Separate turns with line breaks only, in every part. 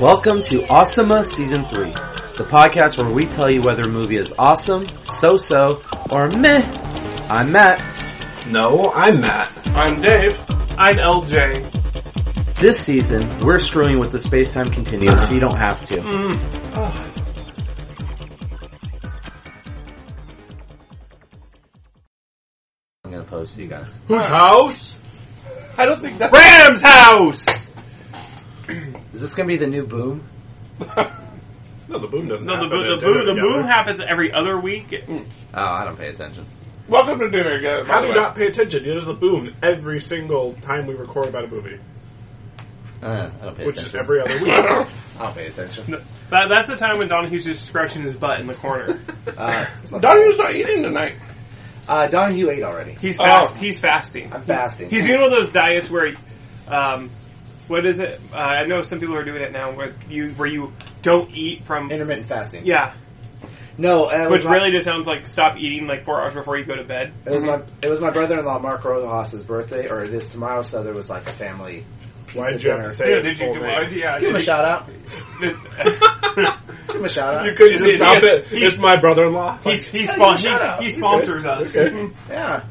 Welcome to Awesomea Season 3, the podcast where we tell you whether a movie is awesome, so-so, or meh. I'm Matt.
No, I'm Matt.
I'm Dave. I'm LJ.
This season, we're screwing with the space-time continuum so you don't have to. I'm gonna post to you guys.
Whose house?
I don't think that.
Ram's house!
Is this gonna be the new boom?
No, the boom doesn't.
No, the,
happen
bo- the,
at dinner
boom, the
together.
boom happens every other week.
Oh, I don't pay attention.
Welcome to dinner again.
How do you not pay attention? There's the boom every single time we record about a movie,
Uh, I don't pay
which is
attention.
every other week.
I don't pay attention.
That, that's the time when Donahue's just scratching his butt in the corner.
Uh, it's not-
Donnie's not eating tonight.
uh, Donahue ate already.
He's fast. He's fasting.
I'm fasting.
He's doing one of those diets where, he- um, what is it? Uh, I know some people are doing it now where you where you don't eat from.
Intermittent fasting.
Yeah,
No, uh, it
which
was my-
really just sounds like stop eating like four hours before you go to bed.
It was my it was my brother in law Mark Rojas' birthday, or it is tomorrow, so there was like a family.
Why'd
pizza
you have
dinner.
to say
Yeah,
it's
did you
full
do-
name?
yeah,
Give him a
did
shout out.
you-
Give him a shout out.
You couldn't
Is it-
just stop
is it-
it. It's my brother-in-law.
He's, he's
Hey, you
spon-
shut up.
he, he
You
sponsors us.
Okay.
Yeah.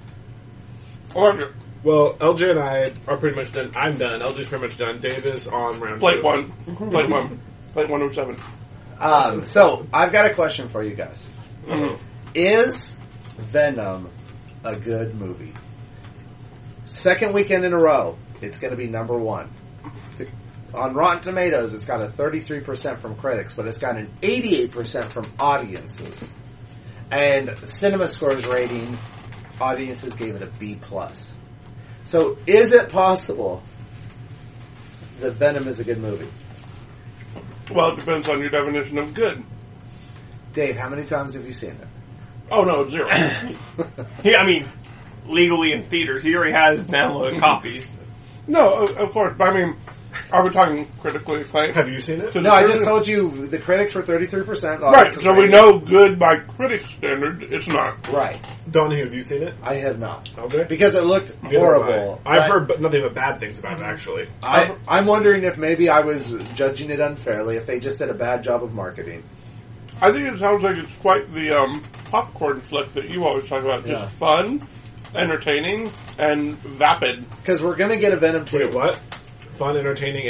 Or
Well, LJ and I are pretty much done. I'm done. LJ's pretty much done. Dave is on round
plate
two.
one. Plate one. Plate 107.
Um, so I've got a question for you guys.
Mhm.
Is Venom a good movie? Second weekend in a row, it's going to be number one. On Rotten Tomatoes, it's got a 33% from critics, but it's got an 88% from audiences. And Cinema Scores rating, audiences gave it a B plus. So, is it possible that Venom is a good movie?
Well, it depends on your definition of good.
Dave, how many times have you seen it?
Oh, no, zero.
Yeah, I mean, legally in theaters, he already has downloaded copies.
no, of, of course. But I mean, are we talking critically acclaimed?
Have you seen it?
Because
No, I
there
just
is-
told you the critics were 33%. the
Right,
audience was
so we
90.
know good by critic standard. It's not.
Right.
Donnie, have you seen it?
I have not.
LJ.
Because it looked
Neither have I.
horrible.
I've
but
heard but nothing but bad things about it.
Mm-hmm.
Actually,
I, I'm wondering if maybe I was judging it unfairly, if they just did a bad job of marketing.
I think it sounds like it's quite the um, popcorn flick that you always talk about. Just
Yeah.
fun, entertaining, and vapid.
Because we're going to get a Venom 2.
wait, what? Fun, entertaining,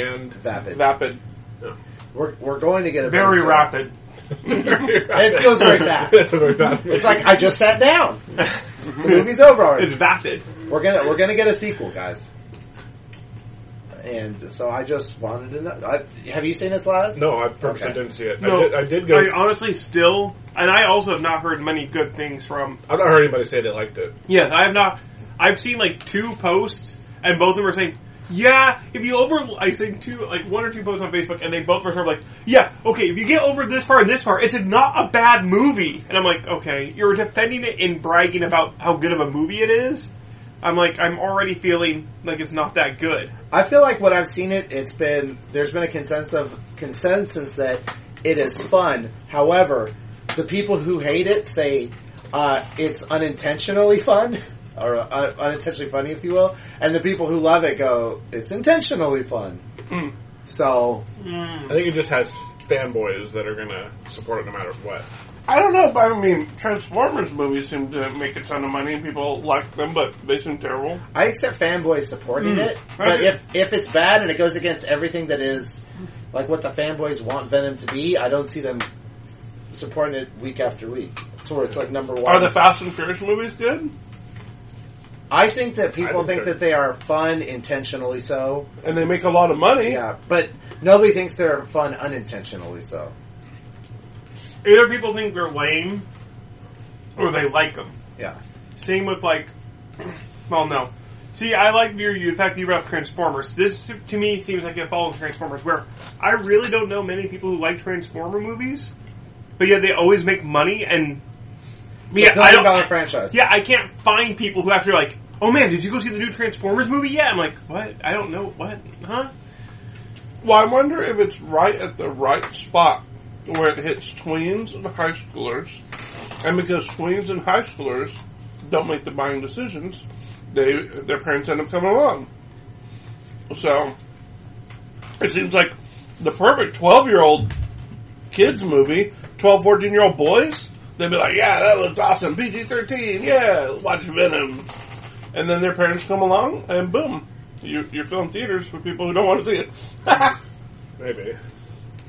and
Vapid.
Vapid.
We're, we're going to get a
Very
Venom 2.
rapid.
it
goes very fast.
it's a very fast.
It's like I just sat down. the movie's over already.
It's vapid.
We're gonna we're gonna get a sequel, guys. And so I just wanted to know. I, have you seen this last?
No, I purposely
Okay.
didn't see it.
No,
I, did, I did go. I,
honestly still, and I also have not heard many good things from.
have not heard anybody say they liked it.
Yes, I have not. I've seen like two posts, and both of them are saying, "Yeah, if you over," I seen two, like one or two posts on Facebook, and they both were sort of like, "Yeah, okay, if you get over this part and this part, it's not a bad movie." And I'm like, "Okay, you're defending it and bragging about how good of a movie it is." I'm like, I'm already feeling like it's not that good.
I feel like when I've seen it, it's been there's been a consensus of consensus that it is fun. However, the people who hate it say uh, it's unintentionally fun or uh, unintentionally funny, if you will, and the people who love it go it's intentionally fun.
Hmm.
So Mm.
I think it just has fanboys that are gonna support it no matter what.
I don't know, but I mean, Transformers movies seem to make a ton of money and people like them, but they seem terrible.
I accept fanboys
Hmm.
supporting it, but
Right.
if if it's bad and it goes against everything that is like what the fanboys want Venom to be, I don't see them supporting it week after week. To where it's like number one.
Are the Fast and Furious movies good?
I think that people
I think
think
so.
that they are fun intentionally so.
And they make a lot of money.
Yeah, but nobody thinks they're fun unintentionally so.
Either people think they're lame, or they like them.
Yeah.
Same with like, well, no. See, I like your you. In fact, you brought up Transformers. This to me seems like it follows Transformers, where I really don't know many people who like Transformer movies, but yet they always make money and yeah, I
Billion dollar
don't.
franchise.
Yeah, I can't find people who actually are like. Oh man, did you go see the new Transformers movie? Yeah, I'm like, what? I don't know what, huh?
Well, I wonder if it's right at the right spot where it hits tweens and high schoolers. And because tweens and high schoolers don't make the buying decisions, they their parents end up coming along. So it seems like the perfect 12 year old kids movie, 12, 14 year old boys, they'd be like, yeah, that looks awesome, PG 13, yeah, watch Venom. And then their parents come along, and boom, you, you're filling theaters for people who don't want to see it.
Maybe.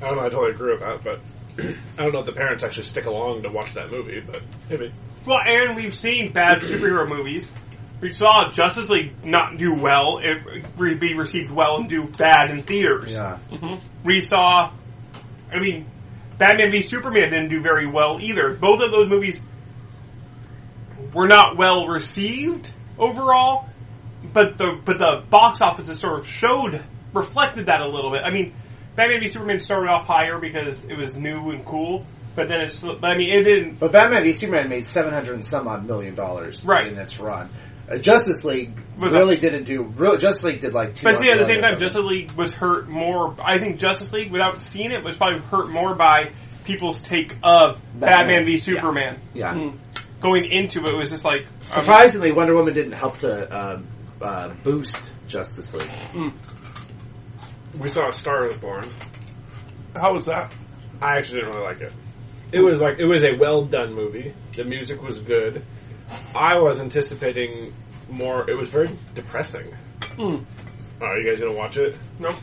I don't know. I totally agree with that, but I don't know if the parents actually stick along to watch that movie. But maybe.
Well, Aaron, we've seen bad superhero movies. We saw Justice League not do well, it re- be received well and do bad in theaters.
Yeah.
We saw, I mean, Batman v Superman didn't do very well either. Both of those movies were not well received overall, but the but the box offices sort of showed reflected that a little bit. I mean, Batman v Superman started off higher because it was new and cool, but then it's but I mean it didn't.
But Batman v Superman made seven hundred and some odd million dollars
Right.
in its run. Uh, Justice League
Was
really didn't do. Real, Justice League did like two.
But see, at the same time,
million or something.
Justice League was hurt more. I think Justice League, without seeing it, was probably hurt more by people's take of Batman, v Superman. Hmm.
yeah.
Going into it was just like um,
Surprisingly, Wonder Woman didn't help to uh, uh, boost Justice League.
We saw A Star Is Born.
How was that?
I actually didn't really like it. It was like it was a well done movie. The music was good. I was anticipating more. It was very depressing.
Hmm.
Oh, you guys gonna watch it?
No.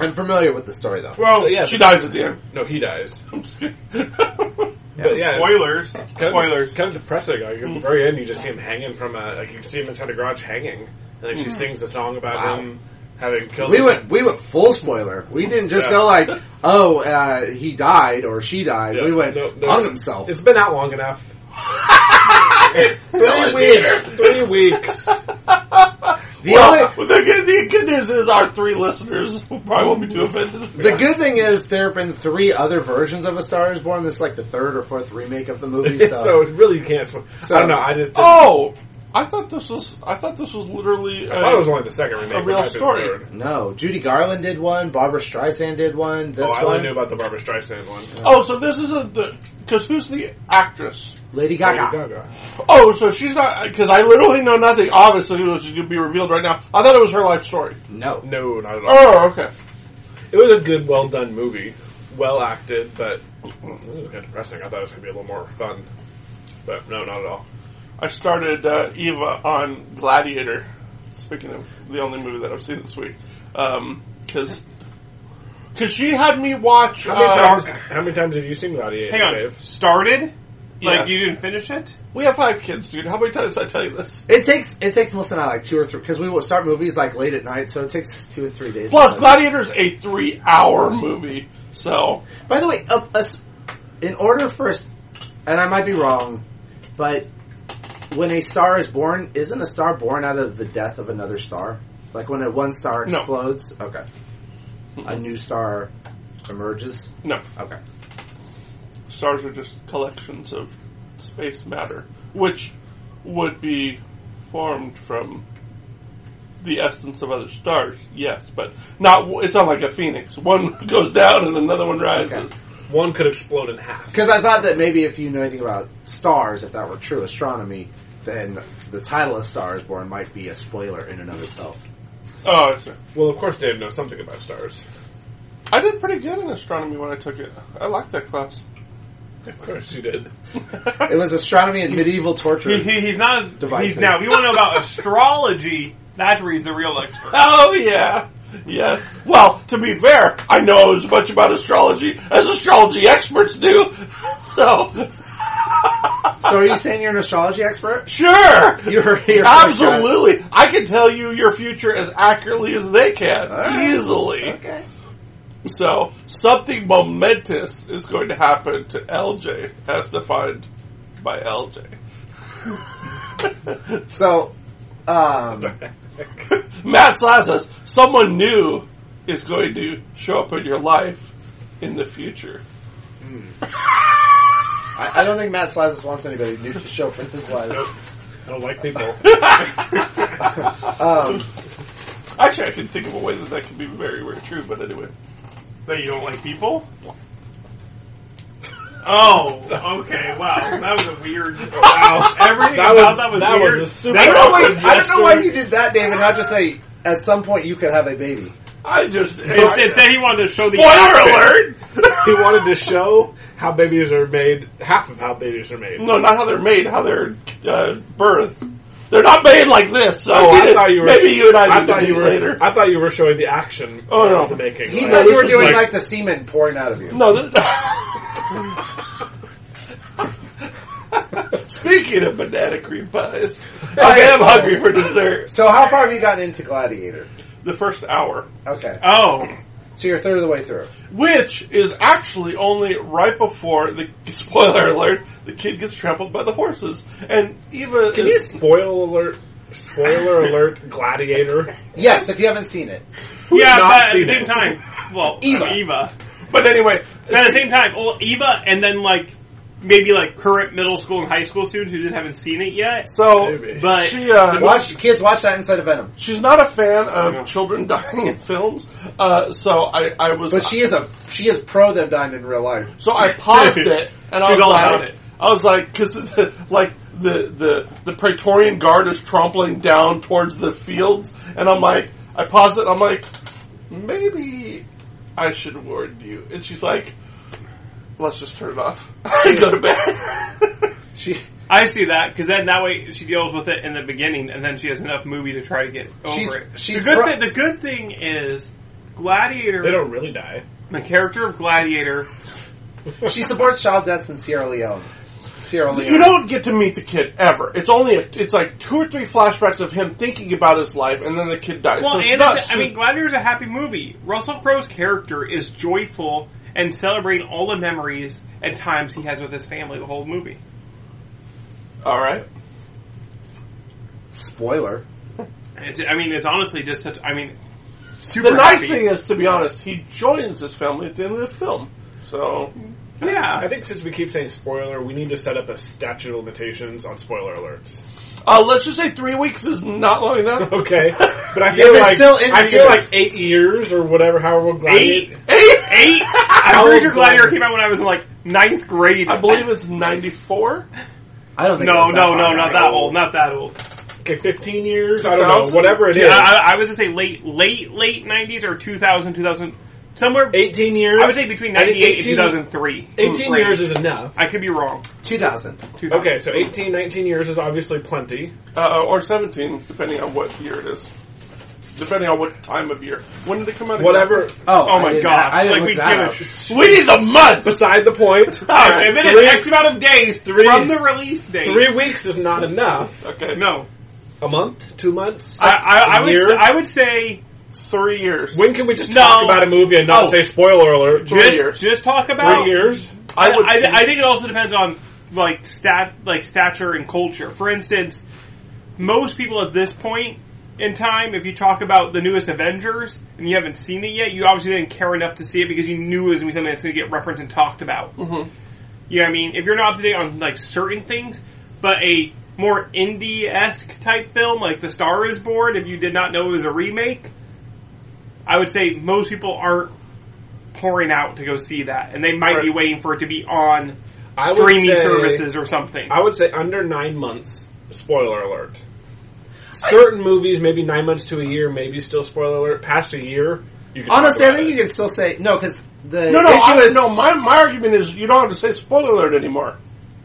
I'm familiar with the story though.
Well, yeah.
She dies at the end.
no, he dies.
I'm just kidding.
But yeah,
spoilers.
kind
Spoilers.
Of, kind of depressing. Like,
Hmm.
at the very end, you just see him hanging from a like you see him inside a garage hanging, and then she sings the song about
Hmm. Wow.
him having killed.
We
him.
went we went full spoiler. We didn't just
Yeah.
go like, oh, uh, he died or she died.
Yeah,
we went
no, no.
hung himself.
It's been out long enough.
Three weeks.
Three weeks.
The only,
well, the, good, the good news is our three listeners will probably won't be too offended.
The good thing is there have been three other versions of A Star Is Born. This is like the third or fourth remake of the movie. So,
so it really can't. spo- I don't know. I just. Didn't,
Oh, I thought this was. I thought this was literally.
I thought it was only the second remake.
A
but
real
it might be the
story.
third.
no, Judy Garland did one. Barbara Streisand did one. This
Oh, I
one,
only knew about the Barbara Streisand one.
oh, so this isn't the. Because who's the actress?
Lady Gaga.
Gaga.
Oh, so she's not. Because I literally know nothing. Obviously, which is going to be revealed right now. I thought it was her life story.
No,
No, not at all.
Oh, okay.
It was a good, well done movie, well acted, but it was kind of depressing. I thought it was going to be a little more fun, but no, not at all.
I started uh, Eva on Gladiator. Speaking of the only movie that I've seen this week, because because she had me watch.
How many,
uh,
times, how many times have you seen Gladiator?
Hang on.
Dave?
Started?
Yes.
Like you didn't finish it?
We have five kids, dude. How many times did I tell you this?
it takes it takes Melissa and I like two or three because we will start movies like late at night, so it takes us two or three days.
Plus,
to-
Gladiator's a three-hour movie, so
By the way, a, a s- in order for, a s- and I might be wrong, but when a star is born, isn't a star born out of the death of another star? Like when a one star
No.
explodes, okay, a new star emerges.
no.
Okay,
Stars are just collections of space matter, which would be formed from the essence of other stars. Yes, but not. It's not like a phoenix. One goes down and another one rises.
Okay.
One could explode in half.
because I thought that maybe if you knew anything about stars, if that were true astronomy, then the title of Star is Born might be a spoiler in and of itself.
Oh, I see.
Well, of course, Dave knows something about stars.
I did pretty good in astronomy when I took it. I liked that class.
Of course, you did.
It was astronomy and medieval torture.
He, he, he's not.
Devices.
He's now. If you want to know about astrology, that's where he's the real expert.
Oh yeah. Yes. Well, to be fair, I know as much about astrology as astrology experts do. So
so are you saying you're an astrology expert?
sure.
You're here.
Absolutely. I can tell you your future as accurately as they can.
right.
Easily.
Okay.
So something momentous is going to happen to LJ as defined by LJ.
So, um,
Matt Slash says someone new is going to show up in your life in the future.
I, I don't think Matt Slazis wants anybody new to show up in his life.
I don't like people.
Um,
Actually, I can think of a way that that could be very, very true. But anyway,
That you don't like people. Oh, okay. Wow, that was a weird. Wow, everything
That
about
was-
that was
that was
weird.
a super-
I
That
don't know why.
was
I don't know why
suggestion.
you did that, David. Not just say at some point you could have a baby.
I just
It, said- it said he wanted to show the.
spoiler alert.
He wanted to show how babies are made, half of how babies are made.
No, not how they're made, how they're uh, birth. They're not made like this. So
Oh,
we
I
didn't-
thought you were-
Maybe you and I,
I
did
thought you were.
later.
I thought you were showing the action
Oh, no.
of the making.
He
Like,
thought you were
this
doing
was
like, the semen pouring out of you.
No. This... Speaking of banana cream pies, I am hungry for dessert.
So how far have you gotten into Gladiator?
The first hour,
Okay,
Oh,
so you're a third of the way through.
which is actually only right before the spoiler alert, the kid gets trampled by the horses, and Eva
Can you
is
spoil alert? Spoiler alert! Gladiator.
Yes, if you haven't seen it,
yeah,
not
but at the
seen
same
it?
time, well,
Eva.
Eva, Eva.
But anyway,
But at the same time, well, Eva, and then like maybe like current middle school and high school students who just haven't seen it yet.
so
Maybe.
But-
she uh,
watch kids watch that inside of Venom.
She's not a fan of
Yeah.
children dying in films, uh, so I, I was
But she is a she is pro them dying in real life.
so I paused it and I
She's
was
all
like,
about it.
I was like, because like the, the the Praetorian Guard is trampling down towards the fields, and I'm like, I paused it. I'm like, maybe I should warn you. And she's like, let's just turn it off and go to bed.
She
I see that because then that way she deals with it in the beginning, and then she has enough movie to try to get over
She's-
it.
she's
the good
pro-
thing. The good thing is Gladiator.
They don't really die.
the character of Gladiator.
she supports child deaths in Sierra Leone. Sierra Leone.
You don't get to meet the kid ever. It's only a, it's like two or three flashbacks of him thinking about his life, and then the kid dies.
Well,
so it's
and
nuts.
it's, I mean, Gladiator's a happy movie. Russell Crowe's character is joyful and celebrating all the memories and times he has with his family the whole movie.
all right.
spoiler.
It's, I mean, it's honestly just such. I mean, super
The nice
happy.
thing is, to be honest, he joins his family at the end of the film. So,
I
Yeah,
think since we keep saying spoiler, we need to set up a statute of limitations on spoiler alerts.
uh, let's just say three weeks is not long enough.
Okay, but I
Yeah,
feel
but
like
still in
I
theaters.
feel like eight years or whatever. However, Gladiator.
Eight?
eight. I'm pretty sure Gladiator came out when I was in like ninth grade.
I believe it's 94.
I don't think it
No,
was that
no,
far
no,
back.
not that old. Not that old.
Okay, fifteen years. I don't know.
2000?
Whatever it is,
Yeah, I, I was to say late, late, late nineties or 2000, 2000, somewhere.
eighteen years.
I would say between
I think
ninety eight and
18
two thousand three.
Eighteen years is enough.
I could be wrong.
2000.
2000.
Okay, so 18, 19 years is obviously plenty.
Uh, or 17, depending on what year it is. Depending on what time of year. When did it come out? again?
Whatever.
Oh,
Oh
I
my
didn't-
god!
I didn't
like
look
we give
that
a
up.
sh-
We need the month!
Beside the point.
Alright,
If it is
Three-
X amount of days
three-
from the release date,
Three weeks is not enough.
Okay.
no,
A month? Two months?
I, I, I
A
would,
year?
say, I would say
Three years.
when can we just
No.
talk about a movie and not
Oh.
say spoiler alert?
Three
just,
years.
just talk about.
Three years?
I,
I would.
I, I think it also depends on like stat, like stature and culture. For instance, most people at this point in time, if you talk about the newest Avengers and you haven't seen it yet, you obviously didn't care enough to see it because you knew it was going to be something that's going to get referenced and talked about.
Mhm.
You know what I mean? If you're not up to date on like certain things, but a more indie esque type film like The Star Is Born, if you did not know it was a remake, I would say most people aren't pouring out to go see that, and they might be
Right.
waiting for it to be on
I would
streaming
say-
services or something.
I would say under nine months, spoiler alert. Certain movies, maybe nine months to a year, maybe still spoiler alert. Past a year, you can talk
Honestly, I
about
think you
it.
can still say no because the
no, no,
issue
I,
is
no, my, my argument is you don't have to say spoiler alert anymore.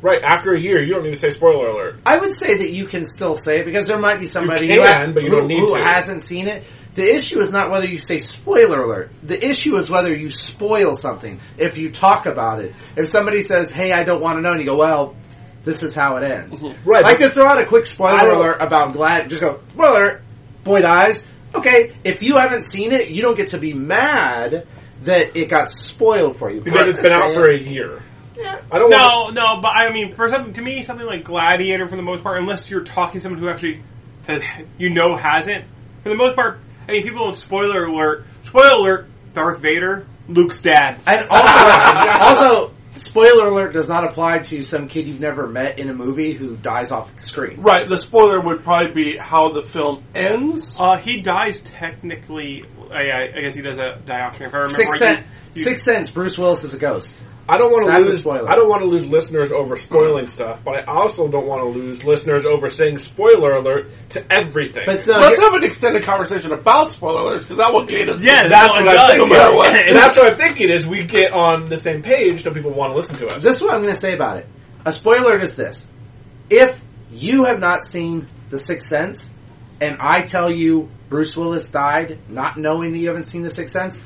Right, after a year, you don't need to say spoiler alert.
I would say that you can still say it because there might be somebody who,
can, but you don't
who-
need
who
to.
hasn't seen it. The issue is not whether you say spoiler alert. The issue is whether you spoil something if you talk about it. If somebody says, "Hey, I don't want to know," and you go, "Well, this is how it ends."
Right,
I
but-
could throw out a quick
I
spoiler
don't-
alert about Glad. Just go spoiler. alert, Boy dies. Okay, if you haven't seen it, you don't get to be mad that it got spoiled for you
Because
But
it's been
to
out
say
for
it-
a year. I don't want
no, no, but I mean, for something to me, something like Gladiator, for the most part, unless you're talking to someone who actually has you know hasn't, for the most part, I mean, people. Spoiler alert! Spoiler alert! Darth Vader, Luke's dad.
And also, also, spoiler alert does not apply to some kid you've never met in a movie who dies off the screen.
Right, the spoiler would probably be how the film ends.
Uh, he dies technically. I, I, I guess he does a die off. If I remember,
Sixth
right,
Sense,
you- you-
Sixth Sense, Bruce Willis is a ghost.
I don't want to
That's a
lose.
spoiler.
I don't want to lose listeners over spoiling stuff, but I also don't want to lose listeners over saying spoiler alert to everything.
But so
Let's have an extended conversation about spoilers because that will gain us.
Yeah,
that's
no,
what
it
I think
does.
no matter what.
Yeah.
And that's what I'm thinking is we get on the same page so people want to listen to us.
this is what I'm going to say about it. A spoiler is this: if you have not seen The Sixth Sense, and I tell you Bruce Willis died, not knowing that you haven't seen The Sixth Sense,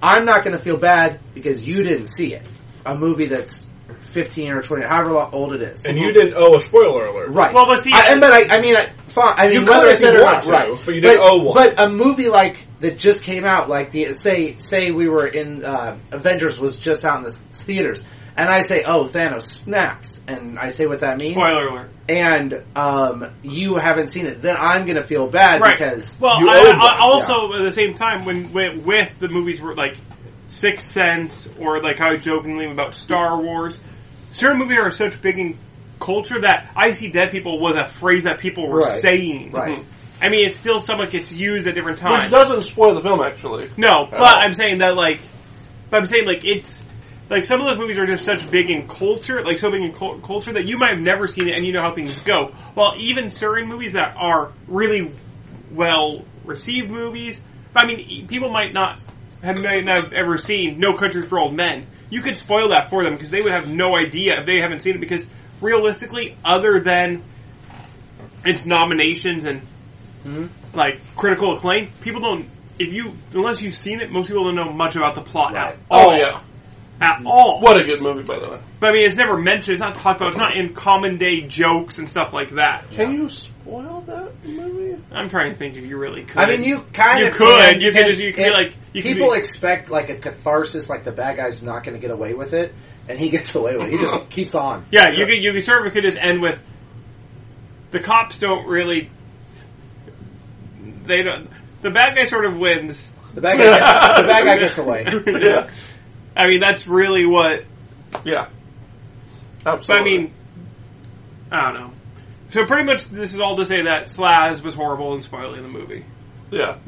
I'm not going to feel bad because you didn't see it. A movie that's 15 or 20, however lo- old it is.
And you didn't owe a spoiler alert.
Right.
Well, but see-
I, and- but I, I mean, I, fine, I mean,
You could
whether I
if
said
you
it or
want
not,
to,
right?
but you didn't owe one.
But a movie like that just came out, like the say say we were in uh, Avengers was just out in the s- theaters, and I say, oh, Thanos snaps, and I say what that means,
Spoiler alert.
and um, you haven't seen it, then I'm gonna feel bad
Right.
because
well,
you
I,
own
I-
one, yeah.
also at the same time when with, with the movies were like Sixth Sense or like how I jokingly about Star Wars, certain movies are such big in culture that "I see dead people" was a phrase that people were
Right.
saying.
Right.
I mean, it's still something that gets used at different times.
Which doesn't spoil the film, actually.
No, but
all.
I'm saying that like, but I'm saying like it's like some of those movies are just such big in culture, like so big in cul- culture that you might have never seen it and you know how things go. Well, even certain movies that are really well received movies, I mean, e- people might not have might not have ever seen No Country for Old Men. You could spoil that for them because they would have no idea if they haven't seen it. Because realistically, other than its nominations and like critical acclaim, people don't. If you unless you've seen it, most people don't know much about the plot
Right.
at all.
Oh, yeah.
at all.
What a good movie, by the way.
But I mean, it's never mentioned. It's not talked about. It's not in common day jokes and stuff like that.
Can you spoil that movie?
I'm trying to think if you really could.
I mean, you kind
You
of
could. You could-
because
you could be
it-
like- you could
people
be-
expect like a catharsis, like the bad guy's not going to get away with it, and he gets away with it. He just keeps on.
Yeah, you could you could sort of could just end with the cops don't really they don't the bad guy sort of wins.
The bad guy, gets, the bad guy gets away.
Yeah.
I mean that's really what
Yeah.
but I
Absolutely.
mean I don't know. So pretty much this is all to say that Slaz was horrible and spoiling the movie.
yeah.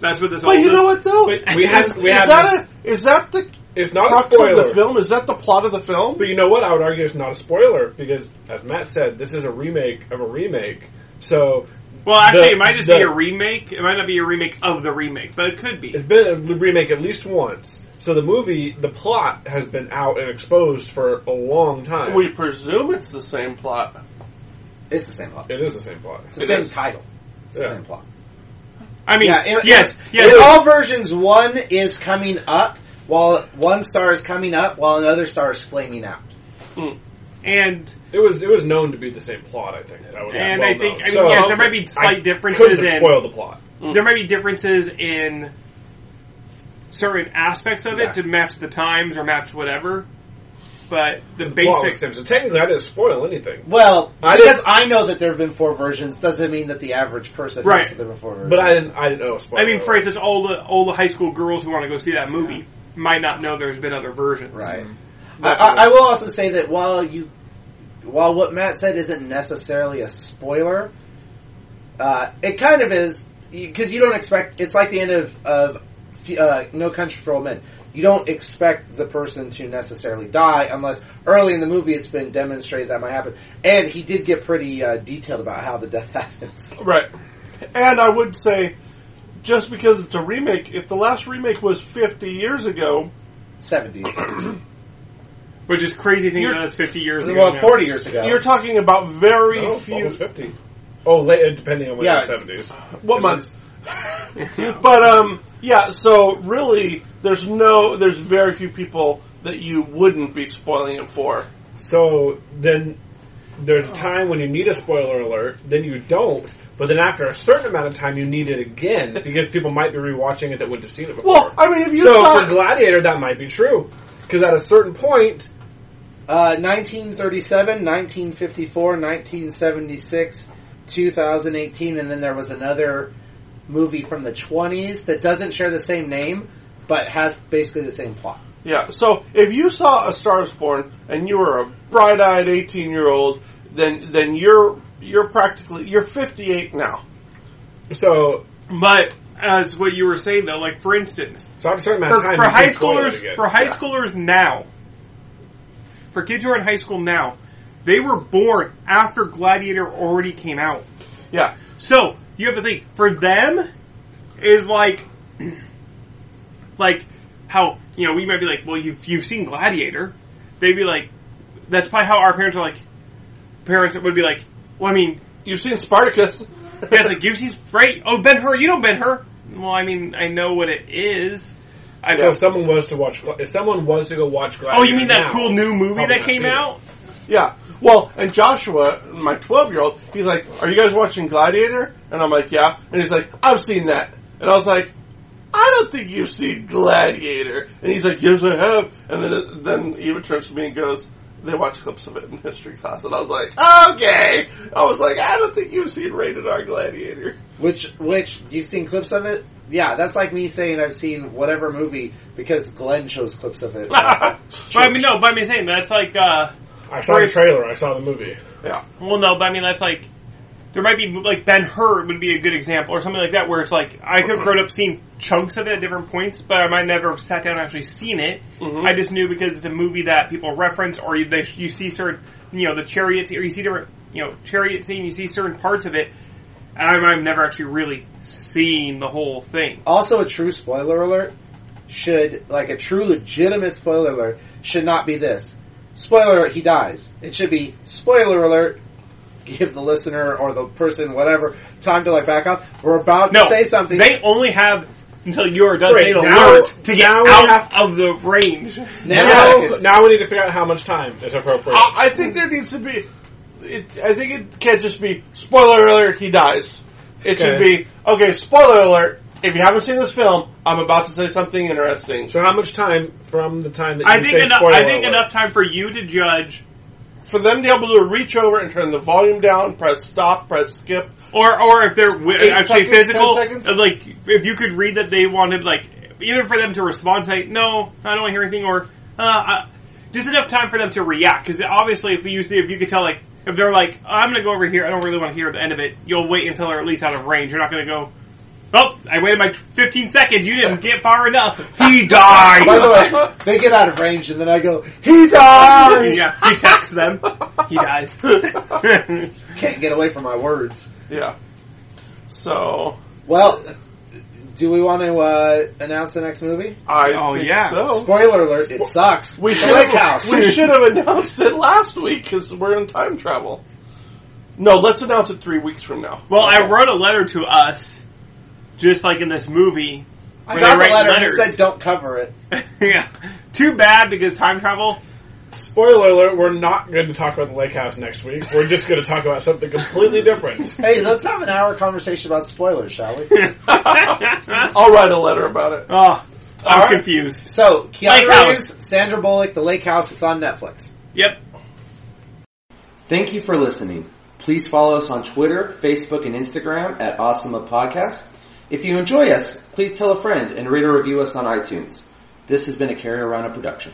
That's what this all
But you know what, though?
But
We have,
is,
we
is
have
that a, is that the
it's not a
crux
spoiler.
of the film? Is that the plot of the film?
But you know what? I would argue it's not a spoiler because, as Matt said, this is a remake of a remake. So
Well actually
The-
it might just
the-
be a remake. It might not be a remake of the remake, but it could be.
it's been a remake at least once. So the movie, the plot has been out and exposed for a long time.
We presume it's the same plot.
It's the same plot.
it is the same plot.
It's the
It
same
is.
title. It's the
Yeah.
same plot.
I mean
Yeah, it-
yes, yes.
In all versions, one is coming up while one star is coming up while another star is flaming out.
and
It was it was known to be the same plot. I think. That was
And
well
I think-
known.
I mean, yes, there might be slight
I
differences
Couldn't have
in-
spoiled the plot.
Mm.
there might be differences in certain aspects of
Yeah.
it to match the times or match whatever. But the,
Plot was
basic
the same. So technically, I didn't spoil anything.
Well,
I
because
didn't-
I know that there have been four versions doesn't mean that the average person
Right.
knows that there were four versions.
But I didn't. I didn't know. a Spoiler
I mean, for
alert.
instance, all the all the high school girls who want to go see that movie might not know there's been other versions.
Right. I, I, I will also say that while you, while what Matt said isn't necessarily a spoiler, uh, it kind of is because you don't expect. It's like the end of of uh, No Country for Old Men. You don't expect the person to necessarily die unless early in the movie it's been demonstrated that might happen. And he did get pretty uh, detailed about how the death happens.
Right. And I would say, just because it's a remake, if the last remake was 50 years ago,
Seventies,
Which is crazy thing
You're-
that it's 50 years ago.
well,
now.
forty years ago.
you're talking about very
No,
few.
almost fifty. Oh, late, depending on when
Yeah,
the seventies.
What month? but um, yeah. So really, there's no, there's very few people that you wouldn't be spoiling it for.
So then there's a time when you need a spoiler alert, then you don't, but then after a certain amount of time you need it again because people might be rewatching it that wouldn't have seen it before.
Well, I mean, if you
so
saw,
for Gladiator that might be true. Because at a certain point,
Uh, 1937, 1954, 1976, 2018, and then there was another movie from the 20s that doesn't share the same name, but has basically the same plot.
yeah. So if you saw A Star Is Born and you were a bright-eyed 18-year-old, then then you're you're practically you're 58 now.
so
But as what you were saying though, like for instance,
so after a certain amount
for,
of time
for
you can
high
spoil it
schoolers
again.
for high schoolers now, for kids who are in high school now, they were born after Gladiator already came out.
Yeah.
So you have to think for them is like, like how you know we might be like, well, you've you've seen Gladiator. They'd be like, that's probably how our parents are like. Parents would be like, well, I mean,
You've seen Spartacus.
yeah, it's like you've seen right? Oh, Ben Hur, you know Ben Hur? Well, I mean, I know what it is. I
So
know.
if someone was to watch, Gla- if someone was to go watch Gladiator,
oh, you mean that
now-
cool new movie
Probably
that
not
came
seen it.
out?
Yeah. Well, and Joshua, my 12 year old, he's like, Are you guys watching Gladiator? And I'm like, Yeah. And he's like, I've seen that. And I was like, I don't think you've seen Gladiator. And he's like, Yes, I have. And then, then Eva turns to me and goes, They watch clips of it in history class. And I was like, Okay. I was like, I don't think you've seen rated R Gladiator.
Which, which you've seen clips of it? Yeah, that's like me saying I've seen whatever movie because Glenn shows clips of it.
but I mean, no. But I mean, saying that's like, uh,
I saw the trailer. I saw the movie.
Yeah.
well, no. But I mean, that's like there might be like Ben Hur would be a good example or something like that, where it's like I could have grown up seeing chunks of it at different points, but I might never have sat down and actually seen it. I just knew because it's a movie that people reference, or you they, you see certain, you know, the chariot scene, or you see different, you know, chariot scene, you see certain parts of it. And I might have never actually really seen the whole thing.
Also, a true spoiler alert should, like a true legitimate spoiler alert, should not be this. Spoiler alert, he dies. It should be spoiler alert. Give the listener or the person, whatever, time to like back up. We're about
No,
to say something.
They only have until you are done
Right,
being
now-
alert to get
now we
out
have
of the range.
now,
Now, now we need to figure out how much time is appropriate.
Uh,
Uh,
I, I think there needs to be. It, I think it can't just be spoiler alert. He dies. It should
Okay.
be okay. Spoiler alert. If you haven't seen this film, I'm about to say something interesting
so how much time from the time that you
I think
say
enough.
spoiler
I think
alert?
enough time for you to judge,
for them to be able to reach over and turn the volume down, press stop, press skip.
or or if they're wi-
Eight
actually
seconds,
physical,
ten seconds?
uh, like if you could read that they wanted like either for them to respond, say no, I don't want to hear anything, or uh, uh, just enough time for them to react. Because obviously, if we use the, if you could tell like if they're like I'm going to go over here, I don't really want to hear the end of it. You'll wait until they're at least out of range. You're not going to go. Oh, I waited my 15 seconds. You didn't get far enough. He died.
By the way, they get out of range, and then I go, "He dies."
Yeah, he attacks them. He dies.
Can't get away from my words.
Yeah. So
Well, do we want to uh, announce the next movie?
I
Oh,
think
yeah.
so.
Spoiler alert! It sucks.
We
The
should
Lake House.
have, we should have announced it last week because we're in time travel. No, let's announce it three weeks from now.
well, I wrote a letter to us, just like in this movie.
I
where
got
they
the
write
letter. and It
letters.
said, "Don't cover it."
yeah. Too bad because time travel.
Spoiler alert, we're not going to talk about the lake house next week. We're just going to talk about something completely different.
Hey, let's have an hour conversation about spoilers, shall we?
I'll write a letter about it.
oh, I'm
right.
confused.
So, Keanu
Lake House.
Reeves, Sandra Bullock, The Lake House. It's on Netflix.
Yep.
Thank you for listening. Please follow us on Twitter, Facebook, and Instagram at Awesome Podcast. If you enjoy us, please tell a friend and rate or review us on iTunes. This has been a Carry Around a production.